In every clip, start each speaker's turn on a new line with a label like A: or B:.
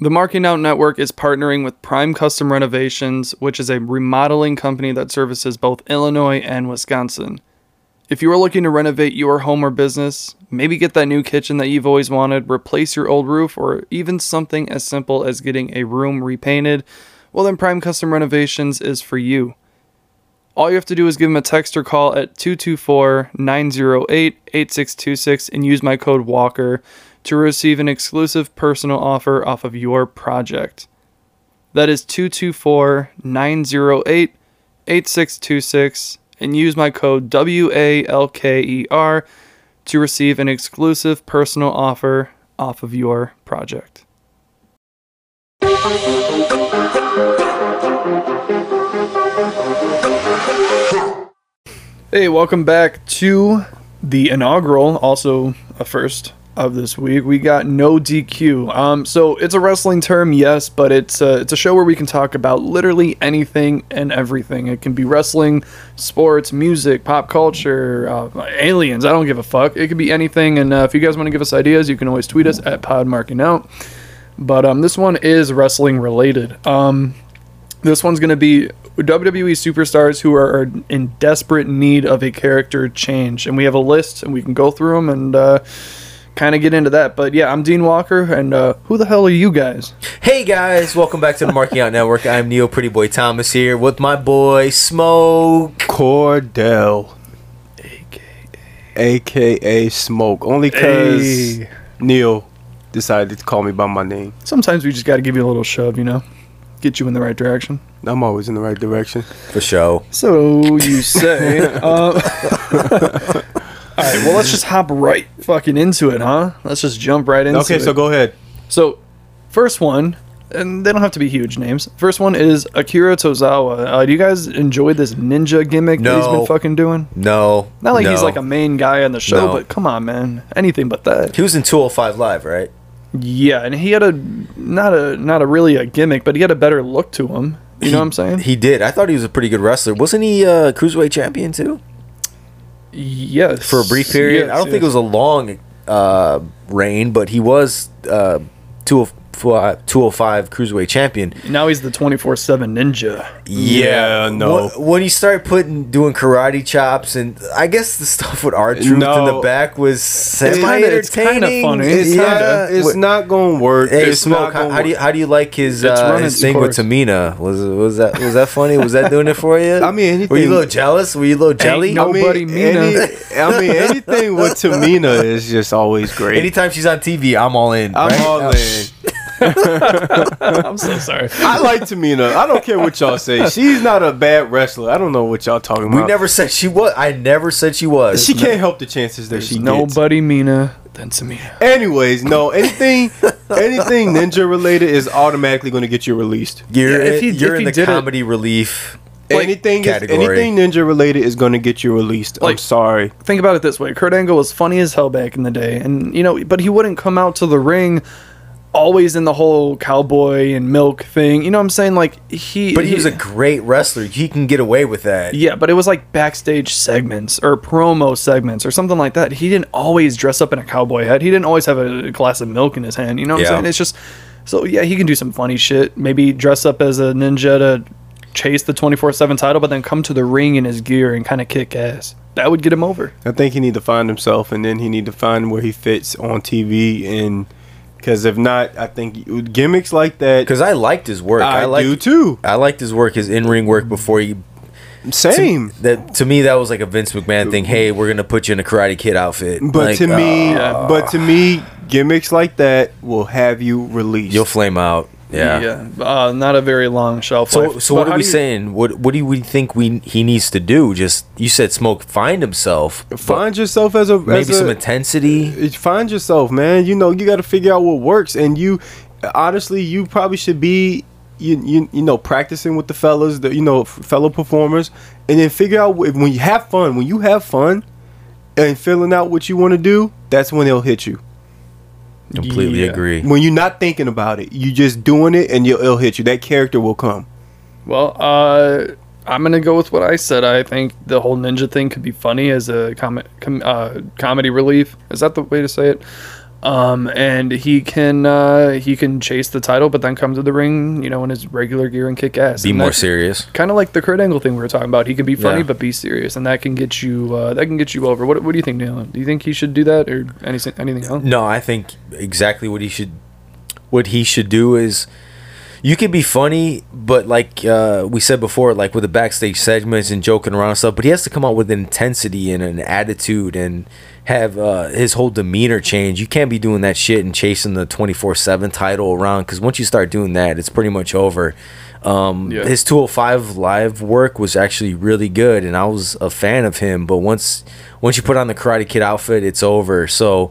A: The Marking Out Network is partnering with Prime Custom Renovations, which is a remodeling company that services both Illinois and Wisconsin. If you are looking to renovate your home or business, maybe get that new kitchen that you've always wanted, replace your old roof, or even something as simple as getting a room repainted, well, then Prime Custom Renovations is for you. All you have to do is give them a text or call at 224 908 8626 and use my code WALKER to receive an exclusive personal offer off of your project. That is 224 908 8626 and use my code WALKER E to receive an exclusive personal offer off of your project. Hey, welcome back to the inaugural, also a first of this week. We got no DQ. Um, so it's a wrestling term, yes, but it's a, it's a show where we can talk about literally anything and everything. It can be wrestling, sports, music, pop culture, uh, aliens. I don't give a fuck. It could be anything. And uh, if you guys want to give us ideas, you can always tweet us at Pod Marking Out. But um, this one is wrestling related. Um, this one's going to be WWE superstars who are, are in desperate need of a character change. And we have a list and we can go through them and uh, kind of get into that. But yeah, I'm Dean Walker. And uh, who the hell are you guys?
B: Hey guys, welcome back to the Marking Out Network. I'm Neo Pretty Boy Thomas here with my boy Smoke.
C: Cordell, aka Smoke, only because
A: Hey.
C: Neil decided to call me by my name.
A: Sometimes we just got to give you a little shove, you know? Get you in the right direction.
C: I'm always in the right direction.
B: For show.
A: So you say. uh, all right, well, let's just hop right fucking into it, huh? Let's just jump right into
C: okay,
A: it.
C: so go ahead.
A: So, first one, and they don't have to be huge names. First one is Akira Tozawa. Uh, do you guys enjoy this ninja gimmick that he's
B: No.
A: been fucking doing?
B: No.
A: Not like
B: no.
A: he's like a main guy on the show,
B: No.
A: but come on, man, anything but that.
B: He was in 205 Live, right?
A: Yeah, and he had a not a not a really a gimmick, but he had a better look to him. You know what I'm saying?
B: He did. I thought he was a pretty good wrestler. Wasn't he uh, cruiserweight champion too
A: yes,
B: for a brief period? I don't think it was a long uh, reign, but he was uh, 205, 205 cruiserweight champion.
A: Now he's the 24/7 ninja.
C: Yeah, no.
B: Wh- When you start putting doing karate chops and I guess the stuff with our truth in the
C: No.
B: back was semi
A: kinda- it's kinda
B: entertaining.
A: funny.
C: It's
A: Yeah.
C: not. It's
B: What-
C: not gonna work.
B: Hey,
C: it's
B: Smoke,
C: not
B: how,
C: gonna
B: how do you
C: work.
B: how do you like his,
A: It's
B: uh,
A: running
B: his
A: its
B: thing with
A: course.
B: Tamina? Was was that was that funny? Was that doing it for you?
C: I mean,
B: were you a
C: anything-
B: little jealous? Were you a little jelly?
A: no- Nobody Mina.
C: any- I mean, anything with Tamina is just always great.
B: Anytime she's on TV, I'm all in.
C: I'm
B: right? Oh,
C: all in.
A: I'm so sorry.
C: I like Tamina. I don't care what y'all say. She's not a bad wrestler. I don't know what y'all talking
B: We
C: about.
B: never said she was. I never said she was.
C: She can't help the chances that she gets.
A: Nobody Mina than Samina.
C: Anyways, no, anything anything ninja related is automatically going to get you released.
B: You're,
A: Yeah, if he-
B: in, you're
A: if
B: in
A: he
B: the
A: did it-
B: comedy relief.
C: anything is,
B: category.
C: anything ninja related is going to get you released. I'm
A: Like-
C: sorry.
A: think about it this way Kurt Angle was funny as hell back in the day, and you know, but he wouldn't come out to the ring always in the whole cowboy and milk thing. You know what I'm saying? Like he
B: But he was a great wrestler. He can get away with that.
A: yeah, but it was like backstage segments or promo segments or something like that. He didn't always dress up in a cowboy hat. He didn't always have a glass of milk in his hand. You know what
B: Yeah.
A: I'm saying? It's just so yeah, he can do some funny shit. Maybe dress up as a ninja to chase the 24/7 title, but then come to the ring in his gear and kind of kick ass. That would get him over.
C: I think he need to find himself, and then he need to find where he fits on TV, and because if not, I think gimmicks like that.
B: Because I liked his work. I,
C: I
B: liked,
C: do too.
B: I liked his work, his in ring work before he.
C: Same,
B: That to me, that was like a Vince McMahon thing. Hey, we're gonna put you in a Karate Kid outfit.
C: but
B: Like,
C: to me,
B: uh,
C: but to me, gimmicks like that will have you released.
B: you'll flame out. Yeah.
A: Uh, not a very long shelf life.
B: So, so
A: But
B: what
A: how
B: are we
A: do you-
B: saying? What what do we think we he needs to do? Just you said, smoke, find himself, but
C: find yourself as a
B: maybe
C: as
B: some
C: a,
B: intensity.
C: It- find yourself, man. You know, you got to figure out what works, and you honestly, you probably should be you you, you know practicing with the fellas, the you know f- fellow performers, and then figure out wh- when you have fun. When you have fun and filling out what you want to do, that's when they'll hit you.
B: Completely
A: Yeah.
B: agree.
C: When you're not thinking about it, you just doing it, and you'll, it'll hit you. That character will come.
A: Well, uh, I'm gonna go with what I said. I think the whole ninja thing could be funny as a com- com- uh, comedy relief. Is that the way to say it? Um, and he can uh, he can chase the title, but then come to the ring, you know, in his regular gear and kick ass.
B: Be
A: And
B: more
A: that-
B: serious.
A: Kind of like the Kurt Angle thing we were talking about. He can be funny
B: Yeah.
A: but be serious, and that can get you uh, that can get you over. What, what do you think, Neil? Do you think he should do that or anything anything else?
B: No, I think exactly what he should what he should do is you can be funny, but like uh, we said before, like with the backstage segments and joking around and stuff, but he has to come out with intensity and an attitude and have uh, his whole demeanor change. You can't be doing that shit and chasing the 24 7 title around because once you start doing that, it's pretty much over. Um,
A: Yeah.
B: His 205 live work was actually really good, and I was a fan of him. But once once you put on the Karate Kid outfit, it's over. So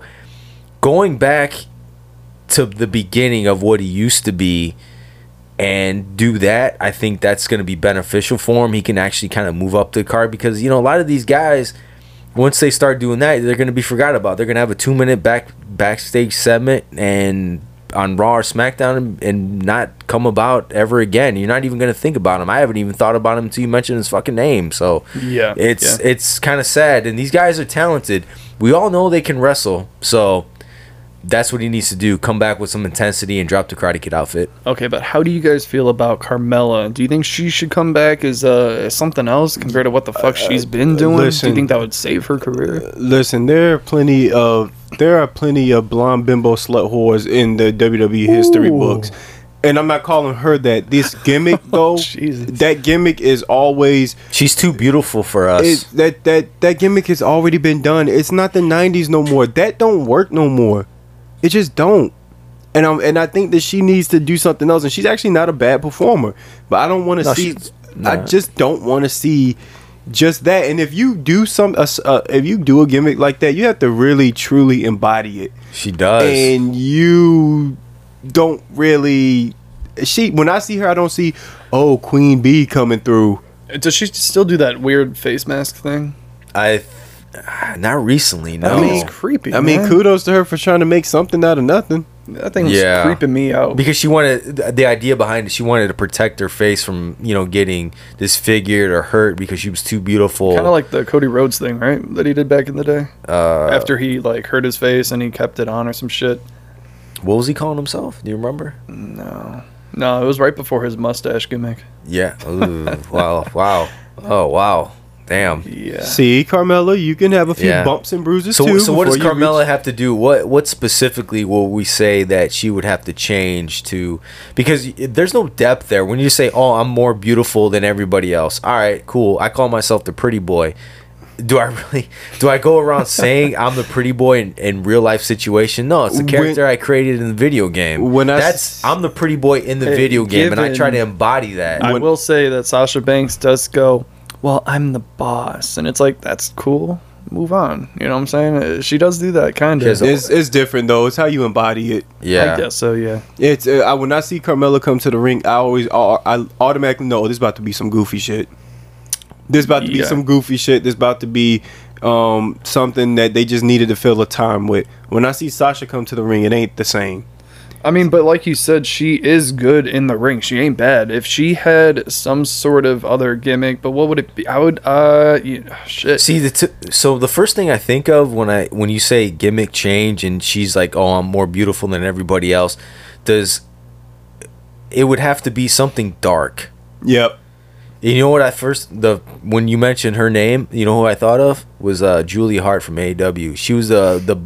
B: going back to the beginning of what he used to be and do that, I think that's going to be beneficial for him. He can actually kind of move up the card because, you know, a lot of these guys, once they start doing that, they're going to be forgot about. They're going to have a two minute back backstage segment and on Raw or SmackDown and, and not come about ever again. You're not even going to think about him. I haven't even thought about him until you mentioned his fucking name. So
A: Yeah,
B: it's
A: yeah.
B: it's kind of sad. And these guys are talented. We all know they can wrestle. So that's what he needs to do. Come back with some intensity and drop the Karate Kid outfit.
A: Okay, but how do you guys feel about Carmella? Do you think she should come back as uh, as something else compared to what the fuck she's been doing? do you
C: listen. uh,
A: think that would save her career?
C: Listen, there are plenty of there are plenty of blonde bimbo slut whores in the WWE history
A: Ooh.
C: books. And I'm not calling her that. This gimmick though,
A: Oh, Jesus.
C: that gimmick is always
B: She's too beautiful for us.
C: it, that that that gimmick has already been done. It's not the '90s no more. That don't work no more. It just don't. And I'm and I think that she needs to do something else. And she's actually not a bad performer, but I don't want to
B: No,
C: see.
B: she's
C: I
B: not.
C: just don't want to see just that. And if you do some, uh, s- uh, if you do a gimmick like that, you have to really truly embody it
B: she does.
C: and you don't really. She when I see her, I don't see oh Queen B coming through.
A: Uh, Does she still do that weird face mask thing?
B: I ah, not recently. No,
A: That thing's creepy.
C: Oh. I mean,
A: man.
C: kudos to her for trying to make something out of nothing.
A: that thing was
B: Yeah.
A: creeping me out.
B: because she wanted th- the idea behind it. She wanted to protect her face from you know getting disfigured or hurt because she was too beautiful.
A: Kind of like the Cody Rhodes thing, right? That he did back in the day. Uh, After he like hurt his face and he kept it on or some shit.
B: what was he calling himself? Do you remember?
A: No, no, it was right before his mustache gimmick.
B: Yeah. Ooh, wow. Wow. Oh wow. Damn.
A: Yeah.
C: See, Carmella, you can have a few
B: Yeah.
C: bumps and bruises
B: So,
C: too.
B: so what does
C: before you
B: Carmella
C: reach-
B: have to do? What what specifically will we say that she would have to change to? Because y- there's no depth there. When you say, "Oh, I'm more beautiful than everybody else," all right, cool. I call myself the pretty boy. Do I really? Do I go around saying I'm the pretty boy in, in real life situation? No, it's the
C: When-
B: character I created in the video game.
C: When I
B: that's
C: s-
B: i I'm the pretty boy in the
A: Hey,
B: video game, and I try to
A: given-
B: embody that.
A: I will say that Sasha Banks does go, "Well, I'm the boss," and it's like that's cool. Move on. You know what I'm saying? Uh, She does do that kind
B: She has
A: of.
B: a-
C: It's, it's different though. It's how you embody it.
B: yeah,
A: I guess so. Yeah.
C: It's uh, I when I see Carmella come to the ring, I always I I automatically know oh, this about to be some goofy shit. This about to
A: Yeah.
C: be some goofy shit. This about to be um, something that they just needed to fill a time with. When I see Sasha come to the ring, it ain't the same.
A: I mean, but like you said, she is good in the ring. She ain't bad. If she had some sort of other gimmick, but what would it be? I would. Uh, yeah, shit.
B: See the t- so the first thing I think of when I when you say gimmick change and she's like, "Oh, I'm more beautiful than everybody else," does it would have to be something dark.
C: Yep.
B: You know what I first the when you mentioned her name, you know who I thought of was uh, Julie Hart from AEW. She was the the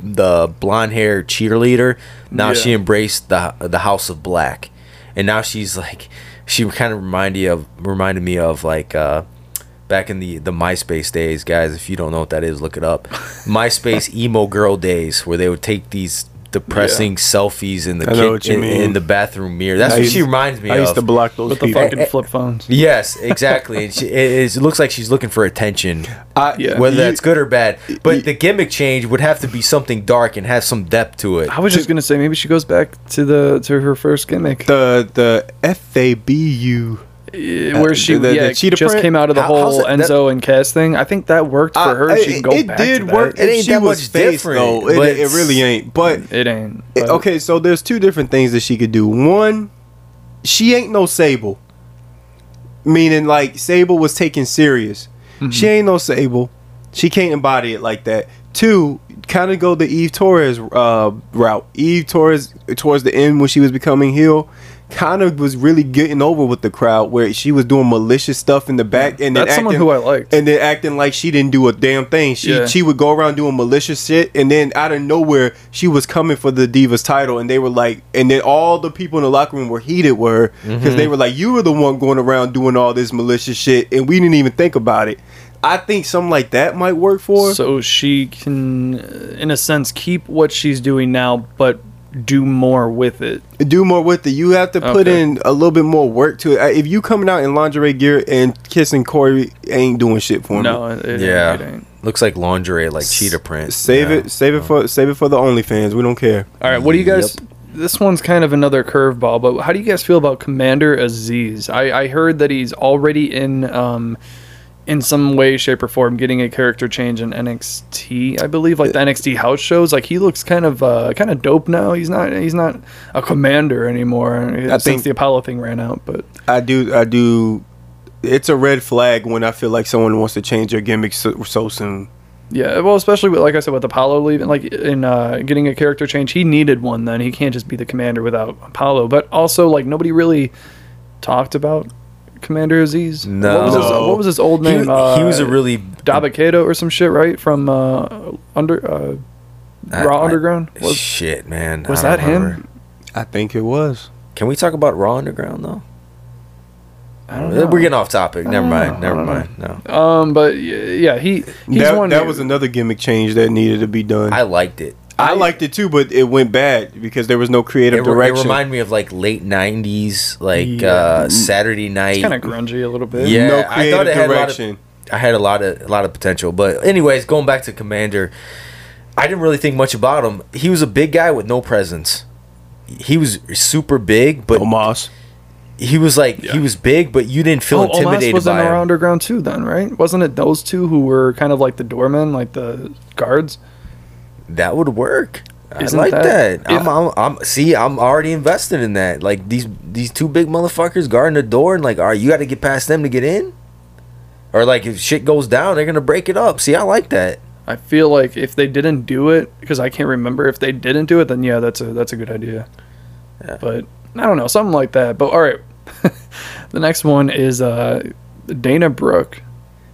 B: the blonde hair cheerleader. Now
A: Yeah.
B: she embraced the the House of Black, and now she's like she kind of reminded you of reminded me of like uh, back in the the MySpace days, guys. If you don't know what that is, look it up. MySpace emo girl days where they would take these depressing selfies in the
C: I know
B: kid-
C: what you
B: in,
C: mean.
B: in the bathroom mirror. That's
C: I
B: what
C: used-
B: she reminds me
C: I
B: of.
C: used to block those
A: with the
C: people.
A: fucking flip
C: eh,
A: phones.
B: Yes, exactly. And she, it, is- it looks like she's looking for attention,
C: I-
A: Yeah.
B: whether
C: you-
B: that's good or bad. But
C: you-
B: the gimmick change would have to be something dark and have some depth to it.
A: I was just gonna say maybe she goes back to the to her first gimmick,
C: the the F A B U.
A: eh, where she
C: the- the
A: yeah,
C: cheetah
A: just
C: print?
A: came out of the
B: How- how's
A: whole
B: it- that-
A: Enzo and Cass thing. I think that worked for
C: I-
A: her.
C: I-
A: she can go
C: Uh, it
A: back.
C: did
A: to that.
C: work.
B: It
C: It
B: ain't
C: she
B: that
C: was
B: much
C: face,
B: different,
C: Though. It,
B: but
C: it really
B: it's-
C: ain't. But
A: It ain't.
C: it-
A: but-
C: Eh, okay, so there's two different things that she could do. One, she ain't no Sable, meaning like Sable was
A: Mm-hmm.
C: taken serious. She ain't no Sable. She can't embody it like that. Two, kind of go the Eve Torres uh, route. Eve Torres towards the end when she was becoming heel, kind of was really getting over with the crowd where she was doing malicious stuff in the back and then
A: That's
C: acting,
A: someone who I liked.
C: and then acting like she didn't do a damn thing. She
A: Yeah.
C: she would go around doing malicious shit and then out of nowhere she was coming for the Divas title and they were like and then all the people in the locker room were heated with her because
A: Mm-hmm.
C: they were like you were the one going around doing all this malicious shit and we didn't even think about it. I think something like that might work for her.
A: So she can, uh, in a sense, keep what she's doing now, but do more with it.
C: do more with it. You have to put
A: Okay.
C: in a little bit more work to it. I- If you coming out in lingerie gear and kissing Corey ain't doing shit for me.
A: No, it, it
B: yeah,
A: ain't, it ain't.
B: looks like lingerie, like cheetah print.
C: Save
B: Yeah.
C: it, save it for save it for the OnlyFans. We don't care.
A: All right, what do you guys?
B: Yep.
A: This one's kind of another curveball, but how do you guys feel about Commander Aziz? I, I heard that he's already in, um, in some way, shape, or form, getting a character change in NXT. I believe, like the NXT house shows. Like he looks kind of, uh, kind of dope now. He's not, he's not a commander anymore uh, since
C: think-
A: the Apollo thing ran out. But
C: I do, I do. It's a red flag when I feel like someone wants to change their gimmick so, so soon.
A: Yeah, well, especially with, like I said with Apollo leaving, like in uh, getting a character change, he needed one. Then he can't just be the commander without Apollo. But also, like nobody really talked about Commander Aziz.
B: No.
A: what was his,
C: No.
A: what was his old
B: He,
A: name? uh,
B: he was a really
A: Dabakato or some shit, right? From uh, under uh,
B: I-
A: Raw
B: I-
A: Underground. Was
B: shit, man.
A: was
B: I
A: that
B: don't
A: him?
B: remember.
C: I think it was.
B: Can we talk about Raw Underground though?
A: I don't know.
B: We're getting off topic. Never mind.
A: I
B: Never
A: don't know.
B: mind. No,
A: um, but y- yeah, he he's
C: that
A: one
C: that
A: who-
C: was another gimmick change that needed to be done.
B: I
C: I,
B: liked it.
C: liked it too, but it went bad because there was no creative
B: It, re- it
C: direction.
B: reminded me of like late '90s, like
A: Yeah.
B: uh, Saturday night.
A: kind of grungy a little bit.
B: Yeah,
C: no
B: I
C: creative
B: thought it had a lot of-
C: direction.
B: I had a lot of a lot of potential. But anyways, going back to Commander, I didn't really think much about him. He was a big guy with no presence. He was super big, but
C: Omos.
B: he was like
A: Yeah.
B: he was big, but you didn't feel
A: Oh, Omos
B: intimidated
A: was in
B: by him.
A: Raw Underground too, then, right? Wasn't it those two who were kind of like the doormen, like the guards?
B: That would work.
A: Isn't
B: I like
A: that-
B: that. I'm, I'm, I'm, see, I'm already invested in that. Like these these two big motherfuckers guarding the door and like, all right, you got to get past them to get in. Or like if shit goes down, they're gonna break it up. See, I like that.
A: I feel like if they didn't do it, because I can't remember if they didn't do it, then yeah, that's a that's a good idea. But I don't know, something like that. But all right, the next one is uh, Dana Brooke.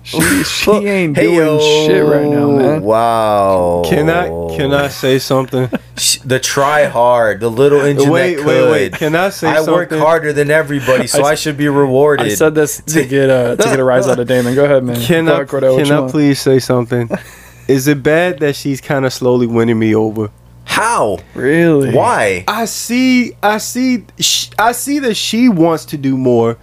A: She she ain't
B: Hey,
A: doing
B: yo.
A: shit right now, man.
B: Wow.
C: Can I can
B: Oh.
C: I say something?
B: Sh- The try hard, the little engine
C: Wait,
B: that
C: wait,
B: could.
C: wait. Can I say
B: I work
C: something?
B: harder than everybody, so I, should be rewarded.
A: I said this to get uh, to get a rise out of Damon. Go ahead, man.
C: Can I,
A: Fuck, Cordell, what
C: can
A: you
C: I
A: want?
C: please say something? Is it bad that she's kind of slowly winning me over?
B: How?
A: Really?
B: Why?
C: I see, I see, sh- I see that she wants to do more,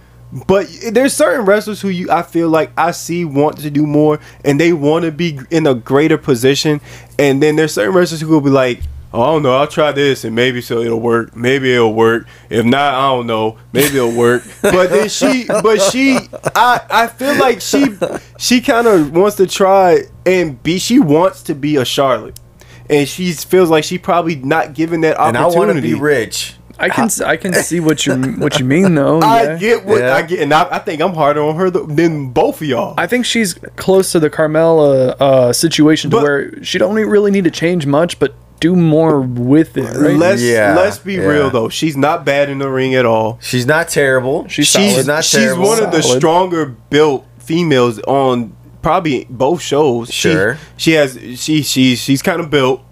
C: but there's certain wrestlers who you I feel like I see want to do more, and they want to be in a greater position, and then there's certain wrestlers who will be like. Oh, I don't know. I'll try this, and maybe so it'll work. Maybe it'll work. If not, I don't know. Maybe it'll work. but then she, but she, I, I feel like she, she kind of wants to try and be. She wants to be a Charlotte, and she feels like she probably not given that
B: And I
C: opportunity.
B: want to be rich.
A: I can s- I can see what you what you mean though.
C: I
A: yeah.
C: get what
B: Yeah.
C: I get, and I, I think I'm harder on her th- than both of y'all.
A: I think she's close to the Carmella uh, situation to
C: But-
A: where she don't e-, really need to change much, but do more with it. Right?
C: let's
B: Yeah,
C: let's be
B: yeah.
C: real though. She's not bad in the ring at all.
B: She's not terrible.
A: She's
B: she's
A: solid.
B: not
C: She's
B: terrible.
C: one of the
A: Solid.
C: stronger built females on probably both shows. She-
B: Sure.
C: she, has she she she's kind of built.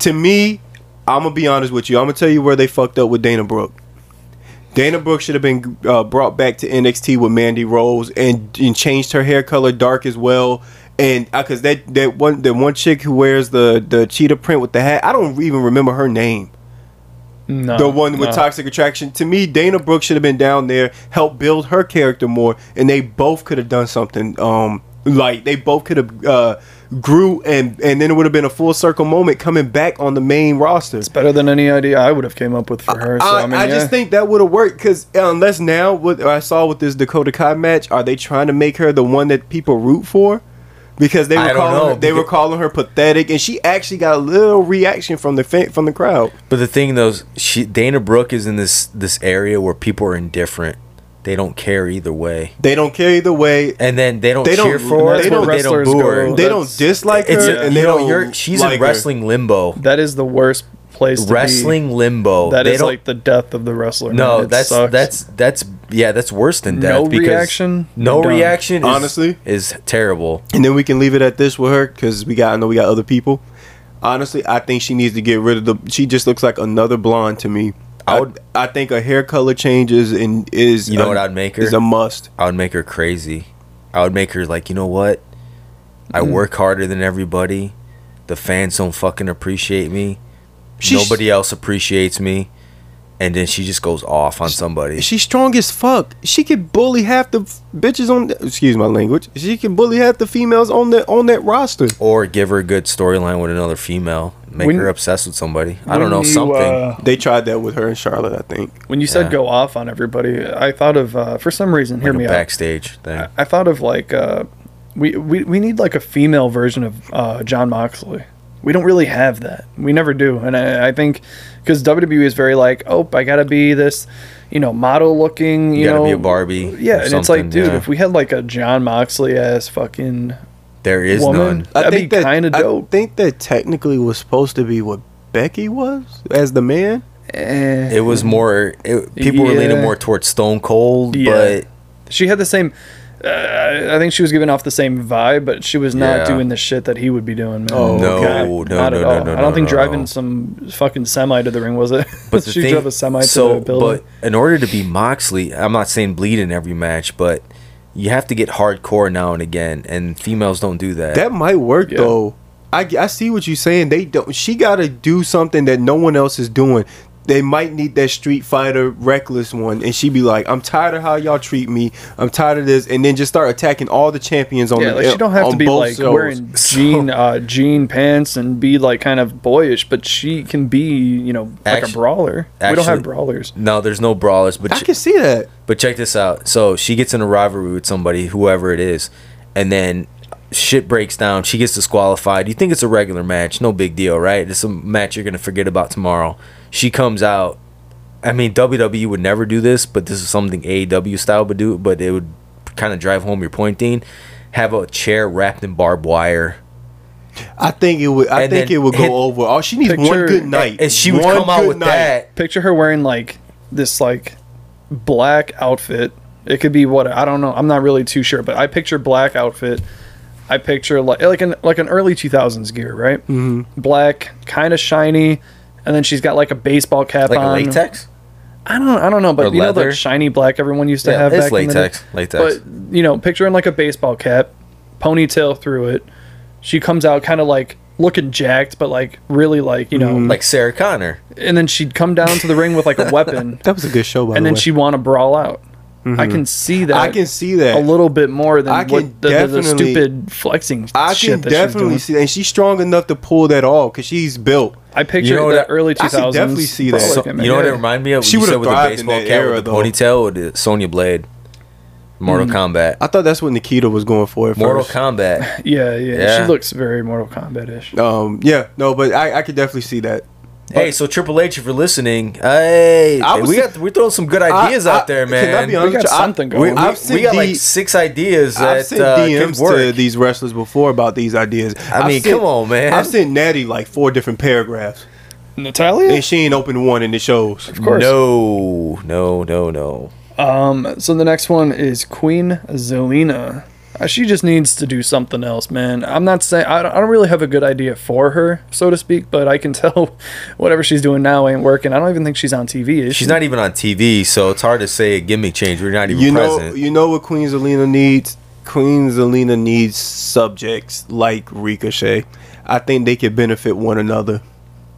C: To me, I'm gonna be honest with you. I'm gonna tell you where they fucked up with Dana Brooke. Dana Brooke should have been uh, brought back to NXT with Mandy Rose and, and changed her hair color dark as well. And because that that one that one chick who wears the the cheetah print with the hat, I don't even remember her name.
A: no,
C: The one with
A: no.
C: toxic attraction. To me, Dana Brooke should have been down there, help build her character more, and they both could have done something. Um, like they both could have uh, grew, and and then it would have been a full circle moment coming back on the main roster.
A: It's better than any idea I would have came up with for her. So I,
C: I,
A: mean,
C: I
A: think
C: just think that would have worked because unless now what I saw with this Dakota Kai match, are they trying to make her the one that people root for? Because they
B: I
C: were
B: don't
C: calling
B: know,
C: her, they were
B: because-
C: calling her pathetic, and she actually got a little reaction from the fan, from the crowd.
B: But the thing though, is she Dana Brooke is in this this area where people are indifferent. they don't care either way.
C: They don't care either way.
B: And then they don't
C: They don't-
B: cheer for her.
C: they
B: They
C: don't-
B: don't, they don't
A: wrestlers
B: boo
A: go.
B: her.
A: Well,
C: They don't
A: that's-
C: dislike
B: it's
C: her, and
B: you
C: they
B: know,
C: don't.
B: you're she's
C: like
B: in
C: her.
B: wrestling limbo.
A: That is the worst place. to be.
B: Wrestling limbo.
A: That is
B: They don't-
A: like the death of the wrestler.
B: no.
A: man. It
B: That's
A: sucks.
B: that's that's yeah. That's worse than death.
A: No
B: because
A: reaction?
B: No
A: Done.
B: reaction. Is,
C: Honestly?
B: is terrible.
C: And then we can leave it at this with her because we got. I know we got other people. Honestly, I think she needs to get rid of the. She just looks like another blonde to me.
B: I
C: I
B: would-
C: I think her hair color changes and is.
B: You know
C: a-
B: what I'd make her?
C: Is a must.
B: I would make her crazy. I would make her like, you know what? I
A: Mm.
B: work harder than everybody. The fans don't fucking appreciate me.
C: She's-
B: Nobody else appreciates me. And then she just goes off on somebody.
C: She's strong as fuck. She could bully half the f- bitches on. The, excuse my language. She can bully half the females on that on that roster.
B: or give her a good storyline with another female. Make
A: When-
B: her obsessed with somebody. I don't
A: When
B: know,
A: you,
B: something.
A: uh,
C: They tried that with her and Charlotte. I think.
A: when you
B: Yeah.
A: said go off on everybody, I thought of uh, for some reason. hear
B: like
A: me
B: a
A: out.
B: backstage thing.
A: I thought of like uh, we, we we need like a female version of uh, John Moxley. We don't really have that. We never do, and I, I think because WWE is very like, oh, I gotta be this, you know, model looking, you,
B: you, gotta
A: know, uh,
B: be a Barbie. or
A: Yeah, and it's
B: something,
A: like, dude,
B: yeah.
A: if we had like a John Moxley ass fucking
B: there is
A: woman,
B: none.
A: that'd be kind of
C: I
A: dope.
C: think that technically was supposed to be what Becky was as the man.
A: Eh.
B: It was more. It, people were leaning
A: Yeah.
B: more towards Stone Cold,
A: Yeah.
B: but
A: she had the same. Uh, I I think she was giving off the same vibe, but she was not
B: Yeah.
A: doing the shit that he would be doing, man.
C: Oh, No,
B: no,
A: not
B: no,
A: at
B: no,
A: all.
B: no,
A: I don't
B: no,
A: think
B: no,
A: driving
B: no.
A: some fucking semi to the ring was it.
B: but the
A: she
B: thing,
A: drove a semi
B: so,
A: to the building.
B: But in order to be Moxley, I'm not saying bleed in every match, but you have to get hardcore now and again, and females don't do that.
C: That might work
A: Yeah.
C: though. I, I see what you're saying. They don't. She got to do something that no one else is doing. They might need that Street Fighter reckless one, and she be like, "I'm tired of how y'all treat me. I'm tired of this," and then just start attacking all the champions on
A: yeah,
C: the
A: like she don't have
C: on
A: to be
C: both
A: like
C: shows.
A: wearing jean uh, jean pants and be like kind of boyish, but she can be you know like
B: Actu-
A: a brawler. we don't
B: actually-
A: have brawlers.
B: no, there's no brawlers, but
C: I
B: ch-
C: can see that.
B: but check this out. So she gets in a rivalry with somebody, whoever it is, and then shit breaks down. She gets disqualified. You think it's a regular match, no big deal, right? It's a match you're gonna forget about tomorrow. She comes out. I mean, WWE would never do this, but this is something AEW style would do. But it would kind of drive home your point, Dean. Have a chair wrapped in barbed wire.
C: I think it would. I
B: And
C: think
B: then
C: it would go
B: hit-
C: over. Oh, she needs one
A: Picture-
C: good night,
B: And she would
C: One
B: come out
C: good
B: with that.
A: Picture her wearing like this like black outfit. It could be what I don't know. I'm not really too sure, but I picture black outfit. I picture like like an like an early 2000s gear, right? Mm-hmm. Black, kind of shiny, and then she's got like a baseball cap
B: Like a
A: on.
B: latex?
A: I don't I don't know,
B: Or
A: but you know
B: leather?
A: the shiny black everyone used to
B: Yeah,
A: have
B: it's
A: back
B: latex.
A: in the day?
B: Latex.
A: But you know, picture in like a baseball cap, ponytail through it. She comes out kind of like looking jacked, but like really like you know,
B: Like Sarah Connor.
A: and then she'd come down to the ring with like a weapon,
C: That was a good show, by
A: and
C: the
A: then
C: way. Mm-hmm.
A: she'd want to brawl out. I can see that.
C: I can see that.
A: a little bit more than
C: I can
A: what the, the, the
C: definitely-
A: stupid flexing
C: I
A: shit
C: can
A: that definitely
C: definitely
A: she's doing.
C: see that, and she's strong enough to pull that off because she's built.
A: I picture
B: You know
A: the
B: what I-
A: early
C: I
A: 2000s.
C: can definitely see that.
A: Like,
B: So-
A: man,
B: you know what
A: yeah.
B: it reminded me of?
C: She
B: You
C: would've
B: said with the
C: thrived in
B: baseball
C: that
B: cap,
C: era,
B: with the
C: though.
B: ponytail, with the Sonya Blade, Mortal Kombat,
C: I thought that's what Nikita was going for at
B: Mortal
C: first.
B: Kombat.
A: Yeah, yeah,
B: Yeah.
A: She looks very Mortal Kombat ish.
C: Um, yeah, no, but I, I could definitely see that.
B: hey, so Triple H, if you're listening, hey,
C: I was-
B: we got we throwing some good
C: I-
B: ideas out
C: I-
B: there,
C: can I
B: man.
C: be honest
A: We got
C: with you? I-
A: something
B: we,
A: going.
B: we-
A: I've
B: we
C: seen
B: got
C: D-
B: like six ideas
C: I've
B: that
C: sent
B: uh, could
C: DMs to
B: work.
C: these wrestlers before about these ideas.
B: I
C: I've
B: mean,
C: sent-
B: come on, man.
C: I've sent Natty like four different paragraphs,
A: Natalia.
C: and she ain't opened one in the shows.
A: Of course.
B: No, no, no, no.
A: Um, so the next one is Queen Zelina. Uh, She just needs to do something else, man. I'm not saying I don't, I don't really have a good idea for her, so to speak, but I can tell whatever she's doing now ain't working. I don't even think she's on TV. Is she?
B: She's not even on TV, so it's hard to say a gimmick change. We're not even
C: You know,
B: present.
C: you know what Queen Zelina needs. Queen Zelina needs subjects like Ricochet. I think they could benefit one another.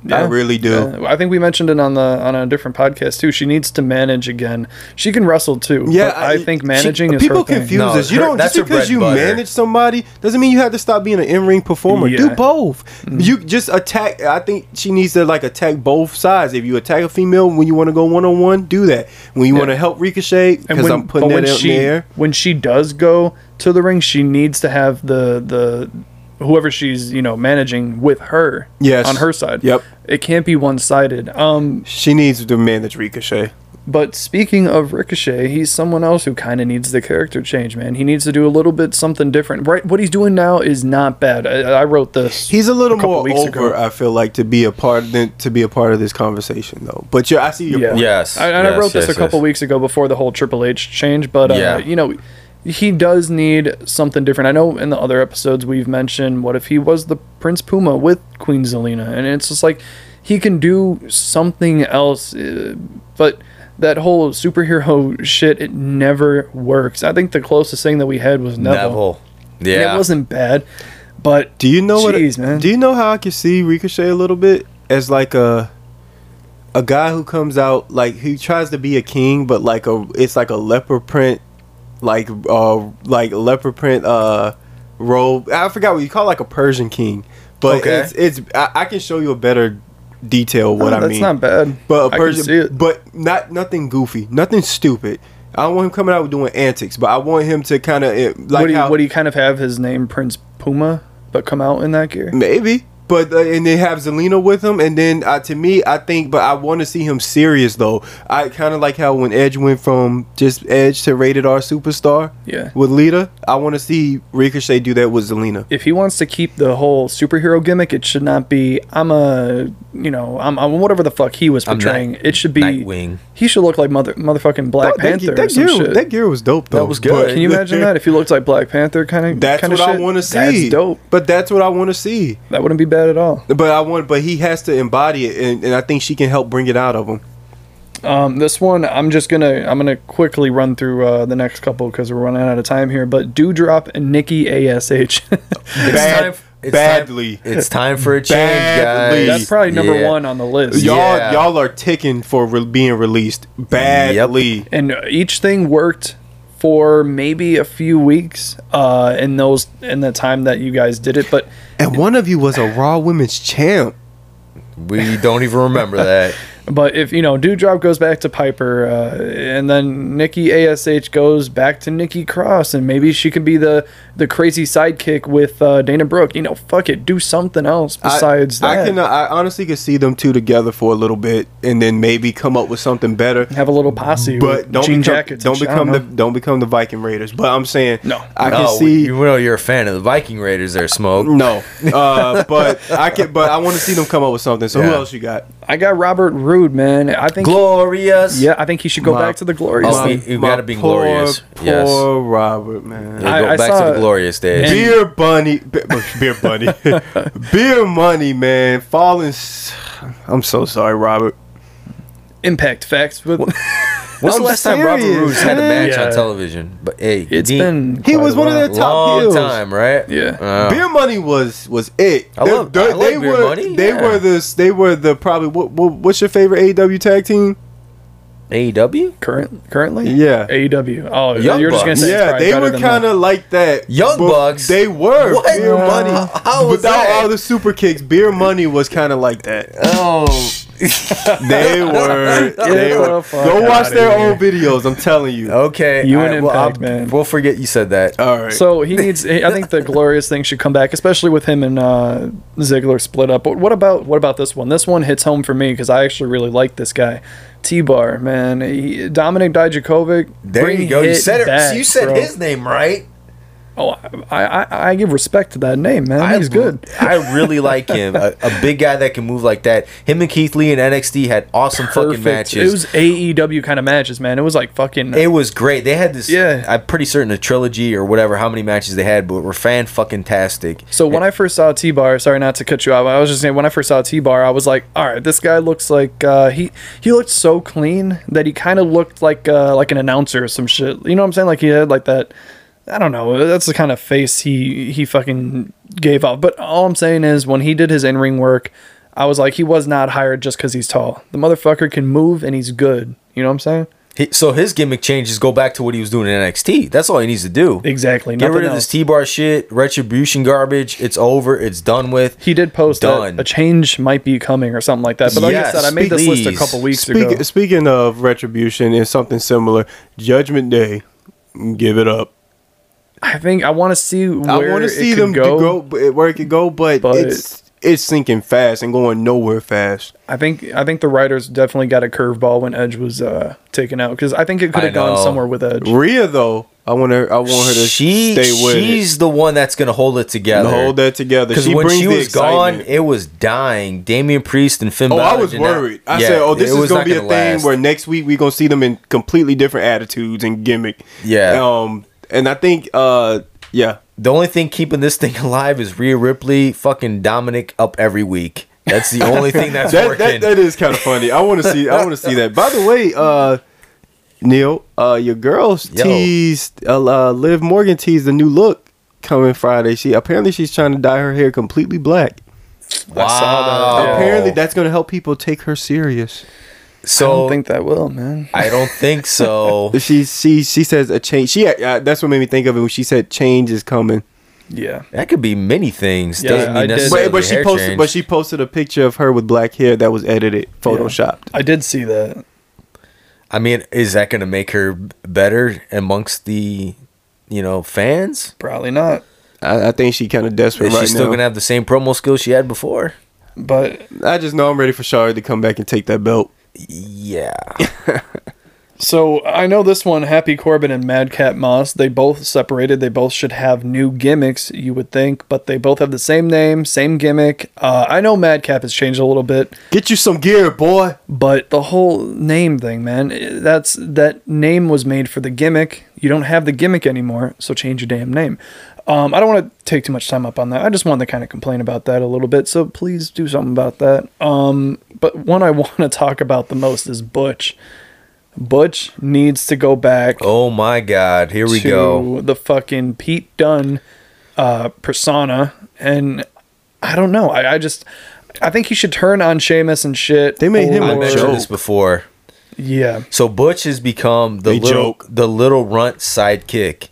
C: I
A: Yeah.
C: really do.
A: Uh, I think we mentioned it on the on a different podcast too. She needs to manage again. She can wrestle too.
C: Yeah,
A: but I, think managing
C: she,
A: is
C: people
A: her thing.
C: confuse
B: No,
C: us. You
B: her-
C: don't just
B: that's her
C: because
B: bread
C: you
B: butter.
C: manage somebody doesn't mean you have to stop being an in-ring performer. Do
A: Yeah. Mm.
C: both. You just attack. I think she needs to like attack both sides. If you attack a female when you want to go one on one, do that. When you want to help Ricochet, because I'm putting
A: but
C: that out
A: she,
C: there.
A: When she does go to the ring, she needs to have the the whoever she's you know managing with her.
C: Yes.
A: on her side.
C: Yep.
A: It can't be one sided. Um,
C: She needs to manage Ricochet.
A: But speaking of Ricochet, he's someone else who kind of needs the character change, man. He needs to do a little bit something different. Right, what he's doing now is not bad. I, I wrote this.
C: He's a little
A: couple
C: more
A: weeks
C: over.
A: ago.
C: I feel like to be a part than to be a part of this conversation though. But you I see your
A: Yeah.
C: point.
B: Yes.
A: I, and I
B: yes,
A: wrote this
B: yes,
A: a couple
B: yes.
A: weeks ago before the whole Triple H change, but uh,
B: Yeah.
A: you know, he does need something different. I know in the other episodes we've mentioned what if he was the Prince Puma with Queen Zelina, and it's just like he can do something else, uh, but. That whole superhero shit, it never works. I think the closest thing that we had was Neville.
B: Neville.
A: And
B: Yeah.
A: It wasn't bad, but
C: Do you know
A: Jeez,
C: what?
A: man.
C: Do you know how I can see Ricochet a little bit as like a a guy who comes out like he tries to be a king, but like a it's like a leopard print, like uh like leopard print uh robe. I forgot what you call it, like a Persian king, but
B: Okay.
C: it's it's I, I can show you a better detail what
A: Oh,
C: I
A: that's
C: mean.
A: not bad.
C: But
A: I
C: a
A: can see
C: Persian,
A: it.
C: but not nothing goofy, nothing stupid. I don't want him coming out with doing antics, but I want him to kind of like
A: would he
C: how,
A: would he kind of have his name Prince Puma, but come out in that gear?
C: Maybe. But uh, and they have Zelina with him, and then uh, to me, I think. But I want to see him serious though. I kind of like how when Edge went from just Edge to Rated R Superstar
A: Yeah.
C: with Lita. I want to see Ricochet do that with Zelina.
A: If he wants to keep the whole superhero gimmick, it should not be I'm a you know I'm, I'm whatever the fuck he was
B: I'm Night-
A: portraying. it should be
B: Nightwing.
A: He should look like mother motherfucking Black
C: Oh, That-
A: Panther
C: that, that
A: or some
C: gear,
A: shit.
C: that gear was dope though.
B: was good.
C: but-
A: Can you imagine that if he looked like Black Panther kind of
C: That's
A: kind
C: what
A: of
C: I want to see.
A: That's dope.
C: But that's what I want to see.
A: That wouldn't be bad at all.
C: But I want. But he has to embody it, and, and I think she can help bring it out of him.
A: Um, this one, I'm just gonna I'm gonna quickly run through uh, the next couple because we're running out of time here. But Dewdrop and Nikki Ash.
C: Bad-
B: time- it's
C: badly.
B: Time, it's time for a change, guys.
C: Badly.
A: That's probably number
B: Yeah.
A: one on the list.
C: Y'all,
B: Yeah.
C: y'all are ticking for re- being released badly.
A: and each thing worked for maybe a few weeks uh, in those in the time that you guys did it. But
C: And one of you was a Raw Women's Champ.
B: We don't even remember that.
A: but if you know, Dewdrop goes back to Piper, uh, and then Nikki Ash goes back to Nikki Cross, and maybe she could be the the crazy sidekick with uh, Dana Brooke. You know, fuck it, do something else besides
C: I,
A: that.
C: I can. I honestly could see them two together for a little bit, and then maybe come up with something better.
A: have a little posse,
C: But
A: but
C: don't
A: jean
C: become,
A: jackets. and
C: don't
A: shit, I
C: become the
A: know.
C: don't become the Viking Raiders. But I'm saying
A: No.
C: I can
B: No,
C: see
B: Oh, you know you're a fan of the Viking Raiders. There, smoke.
C: no. Uh, but I can. But I want to see them come up with something. So who
B: Yeah.
C: else you got?
A: I got Robert Roode, man. I think.
B: Glorious.
A: yeah, I think he should go
C: My-
A: back to the glorious.
B: Oh,
A: league.
B: we- you gotta be glorious.
C: Poor
B: Yes.
C: Robert, man.
B: Yeah,
A: I-
B: go
A: I
B: back
A: saw-
B: to the glorious days.
C: beer bunny, be- beer bunny, beer money, man. Falling. s- I'm so sorry, Robert.
A: Impact facts with.
B: When's
C: I'm
B: the last time Robert
C: serious,
B: Roode had a
C: man.
B: match
A: Yeah.
B: on television? But hey,
A: It's
B: Dean,
A: been
C: He
A: quite
C: was
A: a
C: one of
A: while.
C: the top
B: long
C: heels.
B: time, right?
A: Yeah.
B: Uh,
C: Beer money was was it.
B: I love- I like Beer
C: were,
B: Money,
C: They
B: yeah.
C: were the they were the probably what, what what's your favorite AEW tag team?
B: AEW.
A: Current, currently,
C: Yeah.
A: AEW. Oh,
B: Young
A: you're just gonna
B: Bucks.
A: say
C: yeah, they were
A: kind
C: kind of like that.
B: Young
C: but
B: Bucks?
C: They were
B: What?
C: beer
B: Uh,
C: money.
B: how was
C: Without
B: that?
C: all the super kicks, beer money was kind of like that.
B: Oh,
C: They were. they
A: the
C: were.
A: fuck
C: Go watch
A: outta
C: their
A: here.
C: own videos. I'm telling you.
B: Oh. okay.
A: You
B: all
A: and
B: well,
A: Impact,
B: I'll-
A: man. Uh,
B: We'll forget you said that.
C: All right.
A: So he needs. I think the glorious thing should come back, especially with him and uh, Ziggler split up. But what about what about this one? This one hits home for me because I actually really like this guy, T Bar man. He, Dominic Dijakovic.
B: there you
A: bring
B: go. You said it.
A: back,
B: you said
A: bro.
B: his name right.
A: Oh, I, I I give respect to that name, man. He's good.
B: I really like him. A, a big guy that can move like that. Him and Keith Lee in NXT had awesome fucking
A: Perfect.
B: matches.
A: It was AEW kind of matches, man. It was like fucking.
B: It was great. They had this.
A: Yeah.
B: I'm pretty certain a trilogy or whatever, how many matches they had, but were fan fucking tastic.
A: So when I first saw T Bar, sorry not to cut you out, but I was just saying when I first saw T Bar, I was like, all right, this guy looks like uh, he he looked so clean that he kind of looked like uh, like an announcer or some shit. You know what I'm saying? Like he had like that. I don't know. That's the kind of face he he fucking gave off. But all I'm saying is when he did his in ring work, I was like, he was not hired just because he's tall. The motherfucker can move and he's good. You know what I'm saying?
B: He- so his gimmick changes go back to what he was doing in NXT. That's all he needs to do.
A: Exactly.
B: Get rid
A: nothing
B: of
A: else.
B: this T bar shit, retribution garbage. It's over. It's done with.
A: He did post
B: Done.
A: that a change might be coming or something like that. But like
B: Yes,
A: I said, I made this list a
B: please.
A: couple weeks
C: Speak,
A: ago.
C: Speaking of retribution and something similar, Judgment Day, give it up.
A: I think I want to see where
C: I want to see
A: it
C: them
A: them
C: to
A: go.
C: go, but- where it could go, but,
A: but-
C: it's it's sinking fast and going nowhere fast.
A: I think I think the writers definitely got a curveball when Edge was uh, taken out because I think it could
B: I
A: have gone
B: know.
A: somewhere with Edge.
C: Rhea though, I want her. I want her to
B: she
C: stay with it
B: she's the one that's gonna hold it together.
C: and hold that together.
B: Because
C: She
B: when
C: brings
B: she
C: the
B: was gone,
C: excitement.
B: it was dying. Damian Priest and Finn.
C: Oh, I
B: Balor
C: was
B: did not-
C: worried. I
B: Yeah,
C: said, "Oh, this
B: it
C: is
B: was
C: gonna
B: not
C: be a
B: gonna
C: thing
B: last.
C: where next week we're gonna see them in completely different attitudes and gimmick."
B: Yeah.
C: Um, and I think, uh, yeah,
B: the only thing keeping this thing alive is Rhea Ripley fucking Dominic up every week. That's the only thing that's
C: that,
B: working.
C: that that is kind of funny. I want to see. I want to see that. By the way, uh, Neil, uh, your girls
B: Yo.
C: teased. Uh, uh, Liv Morgan teased the new look coming Friday. She apparently she's trying to dye her hair completely black.
A: I
B: wow.
C: Oh.
A: saw that. Yeah.
C: Apparently, that's gonna help people take her serious.
A: I
B: so.
A: don't think that will, man.
B: I don't think so.
C: She she she says a change. She uh, that's what made me think of it when she said change is coming.
A: Yeah,
B: That could be many things.
A: Yeah,
B: Doesn't
A: I
B: mean
A: did.
B: necessarily
A: But-
C: But, but she
B: hair
C: posted
B: change.
C: but she posted a picture of her with black hair that was edited, photoshopped.
A: I did see that.
B: I mean, is that going to make her better amongst the, you know, fans?
A: Probably not.
C: I, I think she kind of desperate
B: Is
C: right
B: she still
C: now.
B: going to have the same promo skills she had before?
A: But
C: I just know I'm ready for Shari to come back and take that belt.
B: Yeah.
A: so I know this one, Happy Corbin and Madcap Moss, they both separated. They both should have new gimmicks, you would think, but they both have the same name, same gimmick. Uh, I know Madcap has changed a little bit,
C: Get you some gear, boy.
A: but the whole name thing, man, that's that name was made for the gimmick. You don't have the gimmick anymore, so change your damn name. Um, I don't want to take too much time up on that. I just wanted to kind of complain about that a little bit, so please do something about that. Um, but one I want to talk about the most is Butch. Butch needs to go back
B: Oh my God. Here we
A: to
B: go.
A: the fucking Pete Dunn uh, persona, and I don't know. I, I just I think he should turn on Sheamus and shit.
C: They made him
B: I
C: a
B: mentioned
C: joke.
B: this before.
A: Yeah.
B: So Butch has become the
C: They
B: little
C: joke.
B: the little runt sidekick.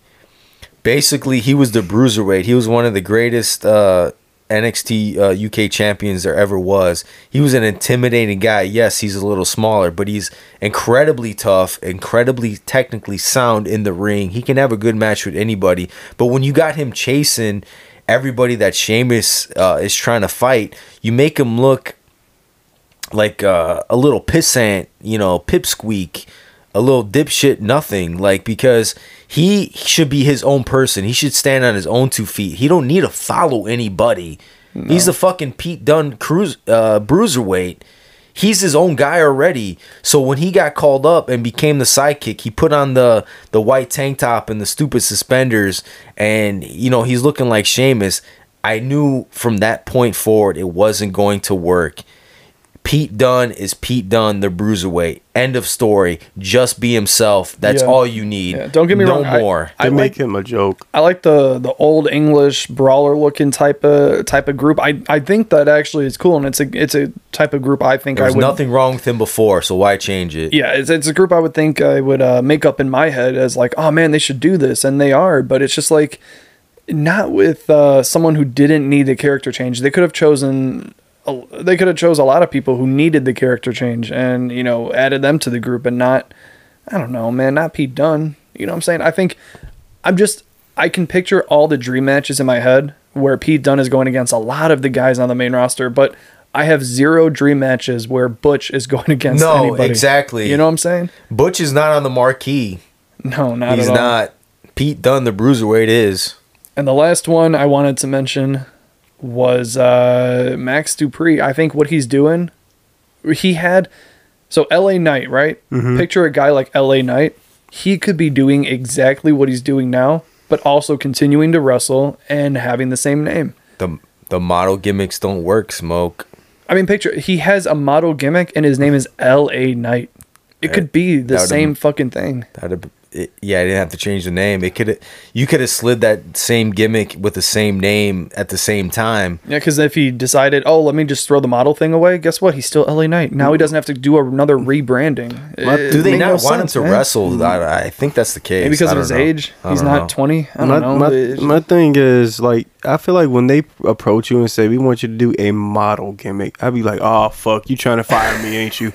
B: Basically, he was the bruiserweight. He was one of the greatest uh, NXT uh, UK champions there ever was. He was an intimidating guy. Yes, he's a little smaller, but he's incredibly tough, incredibly technically sound in the ring. He can have a good match with anybody. But when you got him chasing everybody that Sheamus uh, is trying to fight, you make him look like uh, a little pissant, you know, pipsqueak, a little dipshit, nothing. Like because he should be his own person. He should stand on his own two feet. He don't need to follow anybody. He's the fucking Pete Dunne cruise uh, bruiserweight. He's his own guy already. So when he got called up and became the sidekick, he put on the the white tank top and the stupid suspenders, and you know he's looking like Sheamus. I knew from that point forward it wasn't going to work. Pete Dunn is Pete Dunn, the bruiserweight. End of story. Just be himself. That's
A: Yeah.
B: all you need.
A: Yeah, don't get me
B: no
A: wrong, I-
B: more.
A: I
C: They make
A: like-
C: him a joke.
A: I like the the old English brawler looking type of type of group. I, I think that actually is cool, and it's a it's a type of group I think
B: there
A: I
B: was
A: would.
B: nothing wrong with him before, so why change it?
A: Yeah, it's, it's a group I would think I would uh, make up in my head as like, oh man, they should do this, and they are, but it's just like not with uh, someone who didn't need a character change. They could have chosen. a- They could have chose a lot of people who needed the character change, and you know, added them to the group, and not. I don't know, man. Not Pete Dunne. You know what I'm saying? I think I'm just I can picture all the dream matches in my head where Pete Dunne is going against a lot of the guys on the main roster, but I have zero dream matches where Butch is going against
B: No,
A: anybody.
B: exactly.
A: You know what I'm saying?
B: Butch is not on the marquee.
A: No, not
B: He's
A: at all.
B: not. Pete Dunn, the bruiserweight, is.
A: And the last one I wanted to mention was uh, Max Dupree. I think what he's doing, he had so L.A. Knight, right? Picture a guy like L.A. Knight. He could be doing exactly what he's doing now, but also continuing to wrestle and having the same name.
B: The the model gimmicks don't work, smoke.
A: I mean, picture he has a model gimmick and his name is L.A. Knight. It could be the
B: that would've-
A: same fucking thing.
B: That'd it, yeah, I didn't have to change the name. It could you could have slid that same gimmick with the same name at the same time.
A: Yeah, because if he decided, oh, let me just throw the model thing away, guess what? He's still LA Knight. Now he doesn't have to do another rebranding. Eh, It
B: Uh, Do they
A: made
B: Hmm. not
A: no
B: want
A: sense,
B: him to
A: man.
B: wrestle? I, I think that's the case.
A: Maybe because
B: I
A: of
B: don't
A: his
B: know.
A: age,
B: I
A: he's
B: don't
A: not
B: know.
A: 20. I don't
C: My,
A: know.
C: my,
A: It's-
C: my thing is like I feel like when they approach you and say we want you to do a model gimmick, I'd be like, oh fuck, you trying to fire me, ain't you?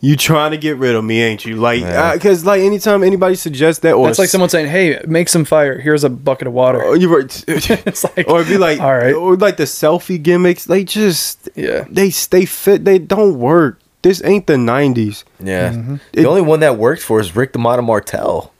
C: you trying to get rid of me, ain't you? Like,
B: Yeah.
C: because like anytime anybody suggest that, or
A: That's like someone saying, "Hey, make some fire. Here's a bucket of water."
B: Oh,
C: Or you were, it's
A: like,
C: or it'd be like,
A: all right.
C: or like the selfie gimmicks. They just,
A: Yeah.
C: they stay fit. They don't work. This ain't the '90s.
B: Yeah.
C: It-
B: The only one that worked for is Rick the Model Martel.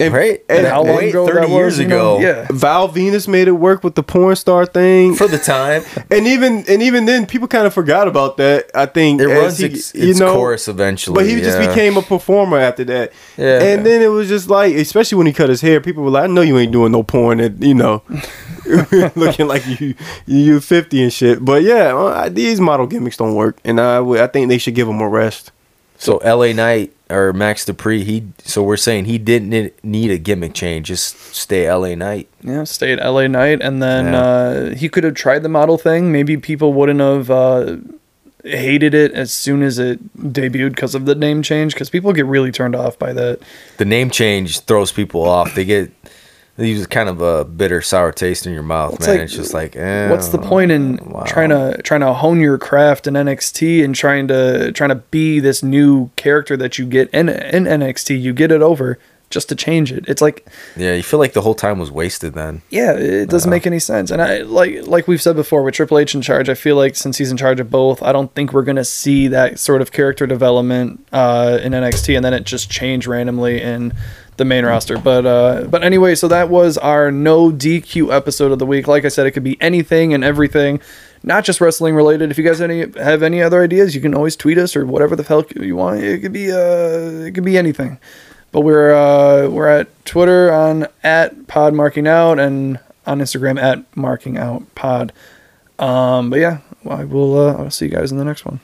C: And-
B: right?
C: and
A: how long ago that
B: 30 years
A: was, you know?
B: ago.
A: Yeah.
C: Val Venus made it work with the porn star thing,
B: For the time,
C: and even and even then, people kind of forgot about that. I think
B: it
C: as
B: runs
C: he-
B: its, its course eventually.
C: But he just
B: yeah.
C: became a performer after that.
B: Yeah.
C: And then it was just like, especially when he cut his hair, people were like, I know you ain't doing no porn and you know looking like you you fifty and shit. But yeah, uh, these model gimmicks don't work. And I would I think they should give him a rest.
B: So L.A. Knight or Max Dupree, he. So we're saying he didn't ne- need a gimmick change. Just stay L.A. Knight.
A: Yeah, stay at LA Night, and then
B: Yeah.
A: uh, he could have tried the model thing. Maybe people wouldn't have uh, hated it as soon as it debuted because of the name change. Because people get really turned off by that.
B: The name change throws people off. They get leaves kind of a bitter, sour taste in your mouth,
A: It's
B: man.
A: like,
B: it's just like, eh,
A: What's the point in
B: wow.
A: trying to trying to hone your craft in NXT and trying to trying to be this new character that you get in in NXT? You get it over just to change it. It's like
B: Yeah, you feel like the whole time was wasted then.
A: yeah, it doesn't make any sense. And I like like we've said before with Triple H in charge, I feel like since he's in charge of both, I don't think we're gonna see that sort of character development uh, in NXT, and then it just changed randomly in the main roster. But uh, but anyway, so that was our no DQ episode of the week. Like I said, it could be anything and everything. Not just wrestling related. If you guys any have any other ideas, you can always tweet us or whatever the hell you want. It could be uh, it could be anything. But we're uh, we're at Twitter on at Pod Marking Out and on Instagram at Marking Out Pod. Um, but yeah, I will. Uh, I'll see you guys in the next one.